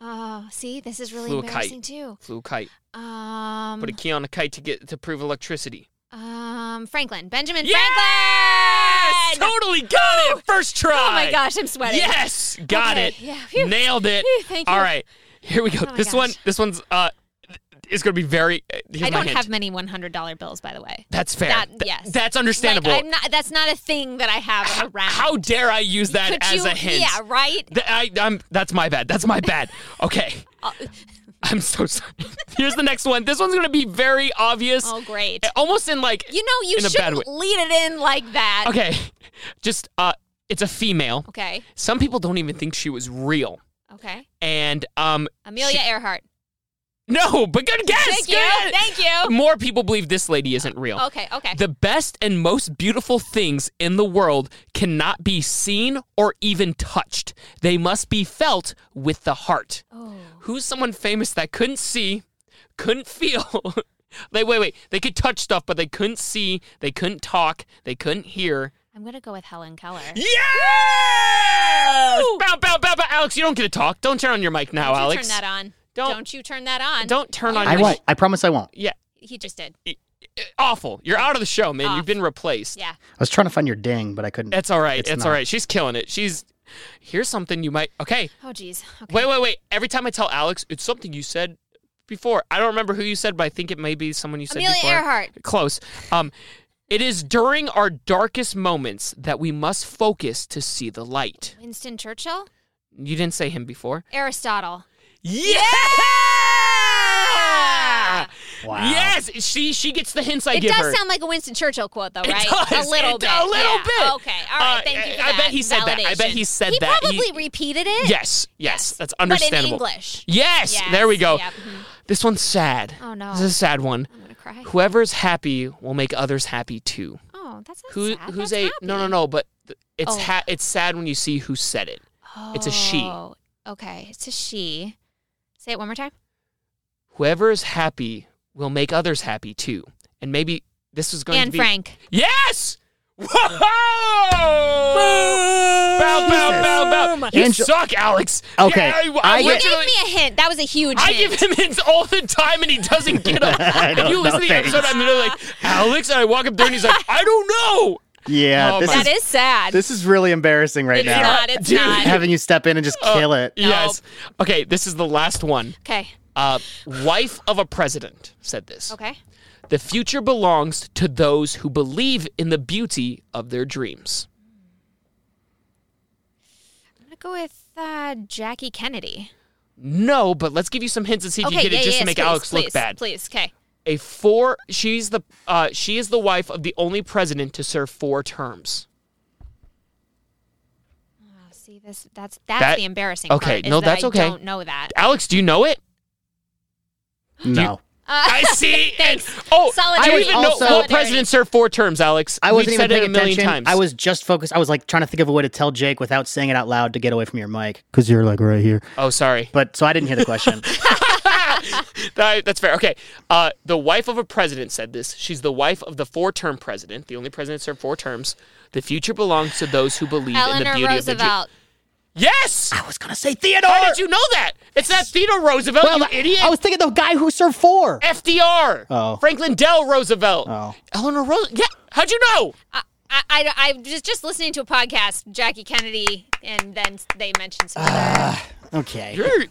Speaker 1: oh, see, this is really
Speaker 3: Flew a kite.
Speaker 1: embarrassing too.
Speaker 3: Flew a kite.
Speaker 1: Um.
Speaker 3: Put a key on a kite to get to prove electricity.
Speaker 1: um. Franklin. Benjamin
Speaker 3: Yes,
Speaker 1: Franklin.
Speaker 3: totally got it. First try.
Speaker 1: Oh my gosh, I'm sweating.
Speaker 3: Yes, got
Speaker 1: Okay,
Speaker 3: it.
Speaker 1: yeah, phew.
Speaker 3: Nailed it.
Speaker 1: Phew, thank
Speaker 3: All
Speaker 1: you. Oh
Speaker 3: right, here we go.
Speaker 1: my
Speaker 3: this one,
Speaker 1: gosh.
Speaker 3: this one's uh, is gonna be very. uh, Here's
Speaker 1: I
Speaker 3: my
Speaker 1: don't
Speaker 3: hint.
Speaker 1: have many one hundred dollar bills, by the way.
Speaker 3: That's fair.
Speaker 1: That-
Speaker 3: Th-
Speaker 1: yes.
Speaker 3: that's understandable.
Speaker 1: Like, I'm not, that's not a thing that I have around.
Speaker 3: How dare I use that
Speaker 1: Could
Speaker 3: as
Speaker 1: you-
Speaker 3: a hint?
Speaker 1: Yeah, right. Uh,
Speaker 3: Th- I, am that's my bad. That's my bad. Okay. I'm so sorry. Here's the next one. This one's going to be very obvious. Uh,
Speaker 1: Oh, great.
Speaker 3: Almost in like.
Speaker 1: You know, you
Speaker 3: in a bad way.
Speaker 1: shouldn't lead it in like that.
Speaker 3: Okay. Just, uh, it's a female.
Speaker 1: Okay.
Speaker 3: Some people don't even think she was real.
Speaker 1: Okay.
Speaker 3: And, um,
Speaker 1: Amelia Earhart.
Speaker 3: No, but good guess.
Speaker 1: Thank you,
Speaker 3: good.
Speaker 1: thank you.
Speaker 3: More people believe this lady isn't real.
Speaker 1: Okay, okay.
Speaker 3: Oh. The best and most beautiful things in the world cannot be seen or even touched. They must be felt with the heart.
Speaker 1: Oh,
Speaker 3: Who's someone famous that couldn't see, couldn't feel? they wait, wait. They could touch stuff, but they couldn't see, they couldn't talk, they couldn't hear.
Speaker 1: I'm gonna go with Helen Keller.
Speaker 3: Yeah! Bow, bow, bow, bow. Alex, you don't get to talk. Don't turn on your mic now,
Speaker 1: Don't
Speaker 3: Alex.
Speaker 1: Oh. you turn that on.
Speaker 3: Don't-
Speaker 1: Don't, you turn that on.
Speaker 3: Don't turn on
Speaker 4: I
Speaker 3: your
Speaker 4: won't. I promise I won't.
Speaker 3: Yeah,
Speaker 1: He just did.
Speaker 3: awful. You're out of the show, man. You've
Speaker 1: Off.
Speaker 3: been replaced.
Speaker 1: Yeah.
Speaker 4: I was trying to find your ding, but I couldn't.
Speaker 3: It's all right. It's,
Speaker 4: It's
Speaker 3: all
Speaker 4: not.
Speaker 3: right. She's killing it. She's here's something you might. Okay.
Speaker 1: Oh geez. Okay.
Speaker 3: Wait, wait, wait. Every time I tell Alex, it's something you said before. I don't remember who you said, but I think it may be someone you said
Speaker 1: Amelia
Speaker 3: before.
Speaker 1: Earhart.
Speaker 3: Close. Um, it is during our darkest moments that we must focus to see the light.
Speaker 1: Winston Churchill?
Speaker 3: You didn't say him before.
Speaker 1: Aristotle.
Speaker 3: Yeah.
Speaker 4: Wow.
Speaker 3: Yes, she she gets the hints Ah! I
Speaker 1: it
Speaker 3: give
Speaker 1: does
Speaker 3: her.
Speaker 1: sound like a Winston Churchill quote though,
Speaker 3: It
Speaker 1: right?
Speaker 3: does.
Speaker 1: A little
Speaker 3: It-
Speaker 1: bit.
Speaker 3: a little
Speaker 1: Yeah.
Speaker 3: bit.
Speaker 1: Okay. All right.
Speaker 3: Uh,
Speaker 1: Thank you for
Speaker 3: I- I
Speaker 1: that
Speaker 3: bet he said that. I bet he
Speaker 1: validation.
Speaker 3: said
Speaker 1: he
Speaker 3: that. He-
Speaker 1: probably repeated it.
Speaker 3: Yes, yes, that's
Speaker 1: But in
Speaker 3: understandable.
Speaker 1: English.
Speaker 3: Yes,
Speaker 1: Yes,
Speaker 3: there we go.
Speaker 1: yep, mhm.
Speaker 3: This one's sad.
Speaker 1: Oh, no.
Speaker 3: this is a sad one.
Speaker 1: I'm gonna cry.
Speaker 3: Whoever's happy will make others happy too.
Speaker 1: Oh, that's not
Speaker 3: Who,
Speaker 1: sad.
Speaker 3: who's
Speaker 1: That's
Speaker 3: a
Speaker 1: happy.
Speaker 3: no, no, no? But th- it's
Speaker 1: Oh.
Speaker 3: ha- it's sad when you see who said it. It's a she.
Speaker 1: Oh, Okay, it's a she. Say it one more time.
Speaker 3: Whoever is happy will make others happy too. And maybe this is going
Speaker 1: Anne
Speaker 3: to be
Speaker 1: Frank.
Speaker 3: Yes! Whoa! Bow, bow, bow, bow. You
Speaker 4: Angel-
Speaker 3: suck, Alex.
Speaker 4: Okay,
Speaker 3: Yeah, I, I
Speaker 4: I
Speaker 1: You
Speaker 4: get-
Speaker 1: gave Oh, me a hint. That was a huge
Speaker 3: I
Speaker 1: hint.
Speaker 3: give him hints all the time and he doesn't get them.
Speaker 4: I
Speaker 3: and
Speaker 4: don't
Speaker 3: you listen
Speaker 4: know
Speaker 3: to the episode, I'm literally like, Alex, and I walk up there and he's like, I don't know.
Speaker 4: Yeah,
Speaker 3: Oh
Speaker 4: this
Speaker 3: my-
Speaker 4: is,
Speaker 1: that is sad.
Speaker 4: this is really embarrassing right
Speaker 1: it's
Speaker 4: now.
Speaker 1: not. It's
Speaker 3: Dude.
Speaker 1: not.
Speaker 4: Having you step in and just kill it.
Speaker 3: Yes. Okay, this is the last one.
Speaker 1: Okay.
Speaker 3: Uh, wife of a president said this.
Speaker 1: Okay.
Speaker 3: The future belongs to those who believe in the beauty of their dreams.
Speaker 1: I'm gonna go with uh, Jackie Kennedy.
Speaker 3: No, but let's give you some hints and see if
Speaker 1: okay.
Speaker 3: you get
Speaker 1: yeah,
Speaker 3: it just
Speaker 1: yeah,
Speaker 3: to make
Speaker 1: yes,
Speaker 3: Alex
Speaker 1: please,
Speaker 3: look bad.
Speaker 1: Please. Okay.
Speaker 3: a four she's the uh, she is the wife of the only president to serve four terms
Speaker 1: Oh, see this. That's that's
Speaker 3: That-
Speaker 1: the embarrassing part.
Speaker 3: okay,
Speaker 1: is
Speaker 3: no,
Speaker 1: that
Speaker 3: that's
Speaker 1: I
Speaker 3: okay.
Speaker 1: Don't know that.
Speaker 3: alex do you know it
Speaker 4: No.
Speaker 3: i see
Speaker 1: Thanks.
Speaker 3: oh i don't
Speaker 1: Solidarity.
Speaker 3: even
Speaker 4: Also-
Speaker 3: know what
Speaker 1: Solidarity.
Speaker 3: president served four terms alex
Speaker 4: I wasn't
Speaker 3: We've
Speaker 4: even
Speaker 3: said
Speaker 4: paying
Speaker 3: it a million
Speaker 4: attention.
Speaker 3: times
Speaker 4: I was just focused. I was like trying to think of a way to tell Jake without saying it out loud to get away from your mic because you're like right here.
Speaker 3: oh sorry
Speaker 4: But so I didn't hear the question.
Speaker 3: That- that's fair okay uh, the wife of a president said this she's the wife of the four-term president the only president to serve four terms the future belongs to those who believe in the
Speaker 1: Eleanor
Speaker 3: beauty of the dream
Speaker 1: Roosevelt.
Speaker 3: yes
Speaker 4: I was gonna say Theodore.
Speaker 3: how did you know that it's that theodore roosevelt
Speaker 4: Well,
Speaker 3: you
Speaker 4: I-
Speaker 3: idiot
Speaker 4: I was thinking the guy who served four.
Speaker 3: FDR.
Speaker 4: Oh.
Speaker 3: Franklin Del Roosevelt.
Speaker 4: Oh.
Speaker 3: Eleanor Roosevelt. Yeah. How'd you know?
Speaker 1: I, I, I, I was just listening to a podcast, Jackie Kennedy, and then they mentioned some.
Speaker 3: Ah.
Speaker 1: other-
Speaker 4: Okay.
Speaker 3: You're,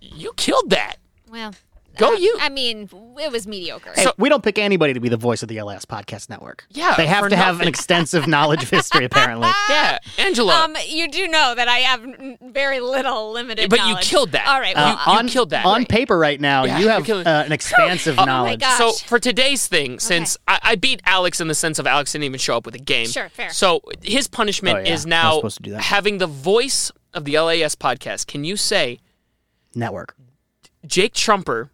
Speaker 3: you killed that.
Speaker 1: well,
Speaker 3: Go
Speaker 4: Uh,
Speaker 1: I-
Speaker 3: you.
Speaker 1: I mean, it was mediocre.
Speaker 4: Hey, we don't pick anybody to be the voice of the LS Podcast Network.
Speaker 3: Yeah,
Speaker 4: they have
Speaker 3: for
Speaker 4: to have an
Speaker 3: nothing.
Speaker 4: extensive knowledge of history, apparently.
Speaker 3: yeah. Angela.
Speaker 1: um, you do know that I have n- very little limited.
Speaker 3: But you
Speaker 1: knowledge.
Speaker 3: killed that.
Speaker 1: All right.
Speaker 3: You-
Speaker 1: Well,
Speaker 3: you
Speaker 1: uh,
Speaker 4: on,
Speaker 3: killed that.
Speaker 4: On
Speaker 3: Right.
Speaker 4: paper, right now,
Speaker 3: Yeah,
Speaker 4: you
Speaker 3: you're
Speaker 4: have
Speaker 3: killing-
Speaker 4: uh, an expansive knowledge.
Speaker 1: God.
Speaker 3: so
Speaker 1: gosh.
Speaker 3: for today's thing, since I, I beat Alex in the sense of Alex didn't even show up with a game.
Speaker 1: Sure, fair.
Speaker 3: So his punishment
Speaker 4: Oh, yeah.
Speaker 3: is
Speaker 4: Not
Speaker 3: now
Speaker 4: supposed to do that.
Speaker 3: having the voice of the LAS podcast. Can you say
Speaker 4: Network.
Speaker 3: Jake Trumper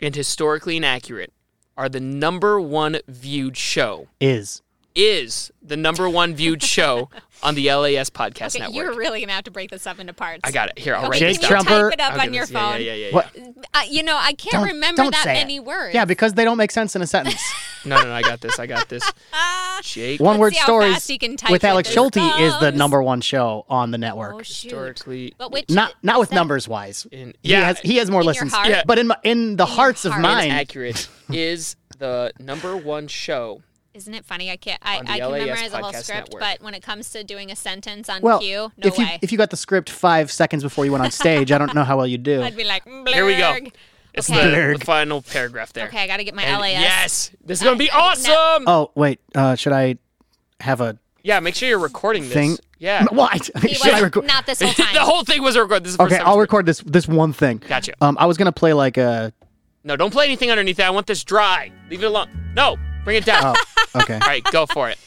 Speaker 3: and Historically Inaccurate are the number one viewed show?
Speaker 4: Is.
Speaker 3: Is the number one viewed show on the LAS podcast
Speaker 1: okay,
Speaker 3: network?
Speaker 1: you're really gonna have to break this up into parts.
Speaker 3: I got it. Here, I'll
Speaker 1: Okay,
Speaker 3: write
Speaker 4: Jake
Speaker 3: this
Speaker 1: can
Speaker 3: down.
Speaker 1: you
Speaker 4: Trumper-
Speaker 1: type it up
Speaker 3: I'll
Speaker 1: on
Speaker 3: do
Speaker 1: your
Speaker 3: this. Yeah,
Speaker 1: phone?
Speaker 3: Yeah, yeah, yeah.
Speaker 4: What?
Speaker 1: Uh, you know, I can't
Speaker 4: Don't,
Speaker 1: remember
Speaker 4: don't
Speaker 1: that
Speaker 4: say it.
Speaker 1: many words.
Speaker 4: Yeah, because they don't make sense in a sentence.
Speaker 3: yeah. No, no, no, I got this. I got this. Jake
Speaker 4: One word
Speaker 1: see how
Speaker 4: stories
Speaker 1: fast he can type
Speaker 4: with
Speaker 1: with
Speaker 4: Alex
Speaker 1: his
Speaker 4: Schulte is the
Speaker 1: thumbs.
Speaker 4: number one show on the
Speaker 1: Oh
Speaker 4: network.
Speaker 1: shoot.
Speaker 3: historically
Speaker 1: But which
Speaker 4: not not
Speaker 1: is
Speaker 4: with
Speaker 1: that-
Speaker 4: numbers wise.
Speaker 3: in
Speaker 4: he
Speaker 3: yeah,
Speaker 4: has he has more
Speaker 1: In your
Speaker 4: listens.
Speaker 1: heart? Yeah.
Speaker 4: But in my, in the hearts of
Speaker 1: heart.
Speaker 4: mine,
Speaker 3: inaccurate is the number one show.
Speaker 1: Isn't it funny? I can't. I,
Speaker 3: On the
Speaker 1: I can
Speaker 3: LAS
Speaker 1: memorize a whole
Speaker 3: podcast
Speaker 1: script,
Speaker 3: network.
Speaker 1: but when it comes to doing a sentence on
Speaker 4: well,
Speaker 1: cue, no
Speaker 4: if you
Speaker 1: way.
Speaker 4: if you got the script five seconds before you went on stage, I don't know how well you do.
Speaker 1: I'd be like,
Speaker 3: Here we go.
Speaker 1: "Blurg."
Speaker 3: It's
Speaker 1: Okay.
Speaker 3: the,
Speaker 4: Blurg.
Speaker 3: the final paragraph there.
Speaker 1: Okay, I gotta get my
Speaker 3: And
Speaker 1: LAS.
Speaker 3: Yes, this is gonna be
Speaker 1: I- I didn't know.
Speaker 3: awesome.
Speaker 4: oh wait, uh, should I have a
Speaker 3: Yeah, make sure you're recording this.
Speaker 4: thing?
Speaker 3: Yeah,
Speaker 4: Well, I,
Speaker 1: He
Speaker 4: should I
Speaker 1: was
Speaker 4: record?
Speaker 1: not this whole
Speaker 3: the
Speaker 1: time.
Speaker 3: whole thing was recorded. This is the first
Speaker 4: Okay,
Speaker 3: time
Speaker 4: I'll
Speaker 3: it's-
Speaker 4: record this this one thing.
Speaker 3: Gotcha.
Speaker 4: Um, I was gonna play like a.
Speaker 3: No, don't play anything underneath that. I want this dry. Leave it alone. No, bring it down.
Speaker 4: Oh, okay.
Speaker 3: All right, go for it.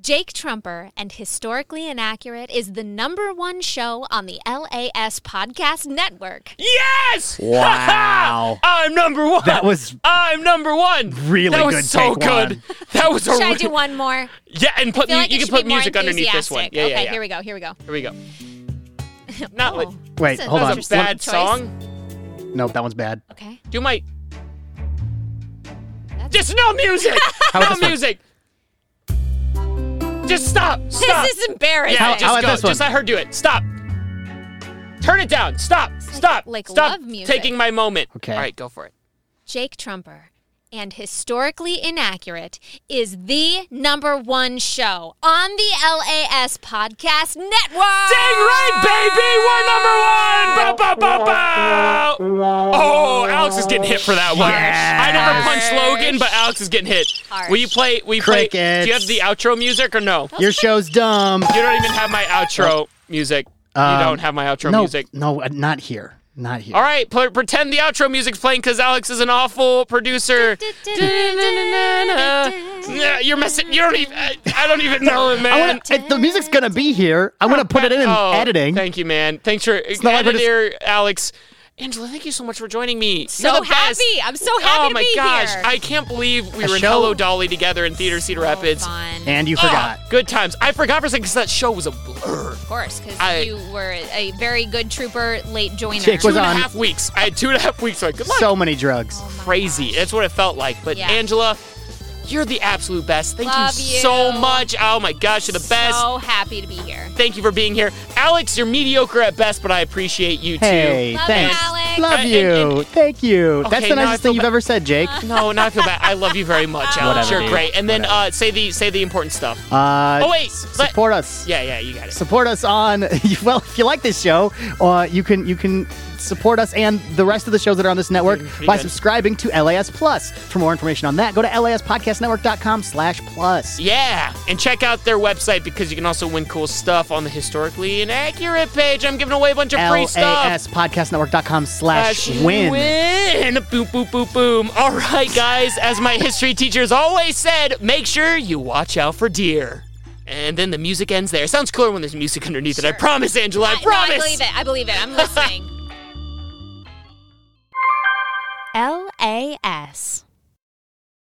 Speaker 1: Jake Trumper and Historically Inaccurate is the number one show on the LAS Podcast Network.
Speaker 3: Yes!
Speaker 4: Wow.
Speaker 3: I'm number one.
Speaker 4: That was
Speaker 3: I'm number one.
Speaker 4: Really
Speaker 3: that was
Speaker 4: good
Speaker 3: so
Speaker 4: take
Speaker 3: good.
Speaker 4: one.
Speaker 3: That was a
Speaker 1: Should I
Speaker 3: re-
Speaker 1: do one more? I
Speaker 3: yeah, and put
Speaker 1: feel
Speaker 3: mu-
Speaker 1: like
Speaker 3: you
Speaker 1: it should
Speaker 3: can
Speaker 1: be
Speaker 3: put
Speaker 1: more
Speaker 3: music underneath this one.
Speaker 1: enthusiastic.
Speaker 3: Yeah, yeah,
Speaker 1: okay,
Speaker 3: yeah.
Speaker 1: here we go. Here we Oh. go.
Speaker 3: Here we go. Not like
Speaker 4: Wait,
Speaker 1: That's a-
Speaker 4: hold
Speaker 1: that's
Speaker 4: on.
Speaker 1: a
Speaker 3: bad
Speaker 1: choice.
Speaker 3: song.
Speaker 4: Nope, that one's bad.
Speaker 1: Okay.
Speaker 3: Do my just no music.
Speaker 4: about
Speaker 3: no
Speaker 4: this one?
Speaker 3: music. Just stop. Stop.
Speaker 1: This is embarrassing.
Speaker 3: yeah,
Speaker 4: How-
Speaker 3: just
Speaker 4: how about
Speaker 3: go.
Speaker 4: this one?
Speaker 3: Just let her do it. Stop. Turn it down. Stop. Stop.
Speaker 1: like
Speaker 3: stop
Speaker 1: love music.
Speaker 3: taking my moment.
Speaker 4: Okay.
Speaker 3: All right, go for it.
Speaker 1: Jake Trumper and Historically Inaccurate is the number one show on the LAS Podcast Network.
Speaker 3: Dang right, baby! We're number one! Bow, bow, bow, bow! Oh, Alex is getting hit for that one. I never punched Logan, but Alex is getting hit.
Speaker 1: Harsh.
Speaker 3: We play. We play. Do you have
Speaker 4: Crickets.
Speaker 3: the outro music or no?
Speaker 4: Your show's dumb.
Speaker 3: You don't even have my outro music.
Speaker 4: Um,
Speaker 3: you don't have my outro
Speaker 4: no,
Speaker 3: music.
Speaker 4: No, uh, not here. Not here.
Speaker 3: All right, pl- pretend the outro music's playing because Alex is an awful producer. Yeah, You're messing. You don't even. I, I don't even know it, man.
Speaker 4: I want to. The music's gonna be here. I want to put it in
Speaker 3: Oh,
Speaker 4: editing.
Speaker 3: Thank you, man. Thanks for
Speaker 4: not like we're just-
Speaker 3: editor Alex. Angela, thank you so much for joining me.
Speaker 1: So
Speaker 3: You're the
Speaker 1: happy.
Speaker 3: best.
Speaker 1: I'm so happy
Speaker 3: oh
Speaker 1: to
Speaker 3: my
Speaker 1: be
Speaker 3: gosh,
Speaker 1: here. Oh,
Speaker 3: I can't believe we
Speaker 4: A
Speaker 3: were in
Speaker 4: show-
Speaker 3: Hello Dolly together in Theater Cedar Rapids.
Speaker 1: Fun.
Speaker 4: and you forgot.
Speaker 3: Ah, good times. I forgot for a second because that show was a blur.
Speaker 1: of course, because
Speaker 3: I-
Speaker 1: you were a very good trooper, late joiner.
Speaker 4: Jake
Speaker 3: Two
Speaker 4: was
Speaker 3: and a half
Speaker 4: on-
Speaker 3: weeks. I had two and a half weeks. Like, good luck.
Speaker 4: So many drugs.
Speaker 3: crazy. That's what it felt like. But
Speaker 1: Yeah.
Speaker 3: Angela, you're the absolute best. Thank
Speaker 1: Love
Speaker 3: you so
Speaker 1: you.
Speaker 3: much. Oh my gosh, you're the best.
Speaker 1: So happy to be here.
Speaker 3: Thank you for being here, Alex. You're mediocre at best, but I appreciate you too.
Speaker 4: Hey,
Speaker 1: Love you,
Speaker 4: thanks.
Speaker 1: Alex.
Speaker 4: Love
Speaker 3: Uh, and-
Speaker 4: you.
Speaker 3: and-
Speaker 4: thank you.
Speaker 3: Okay,
Speaker 4: That's the
Speaker 3: now I
Speaker 4: nicest
Speaker 3: feel
Speaker 4: thing you've
Speaker 3: ba-
Speaker 4: ever said, Jake.
Speaker 3: No, not feel bad. I love you very much, Alex.
Speaker 4: Whatever,
Speaker 3: You're
Speaker 4: dude.
Speaker 3: great. And then uh, say the say the important stuff.
Speaker 4: Uh,
Speaker 3: Oh, wait,
Speaker 4: s-
Speaker 3: let-
Speaker 4: support us.
Speaker 3: Yeah, yeah, you got it.
Speaker 4: Support us on well. If you like this show, uh, you can you can support us and the rest of the shows that are on this network
Speaker 3: pretty
Speaker 4: by
Speaker 3: good.
Speaker 4: subscribing to LAS Plus. For more information on that, go to laspodcastnetwork.com/plus.
Speaker 3: Yeah, and check out their website because you can also win cool stuff on the historically inaccurate page. I'm giving away a bunch of free stuff.
Speaker 4: laspodcastnetwork.com slash win.
Speaker 3: win. Boom, boom, boom, boom. All right, guys. As my history teachers always said, make sure you watch out for deer. And then the music ends there. Sounds cooler when there's music underneath it. I promise, Angela. I
Speaker 1: no,
Speaker 3: promise.
Speaker 1: I believe it. I believe it. I'm listening. LAS.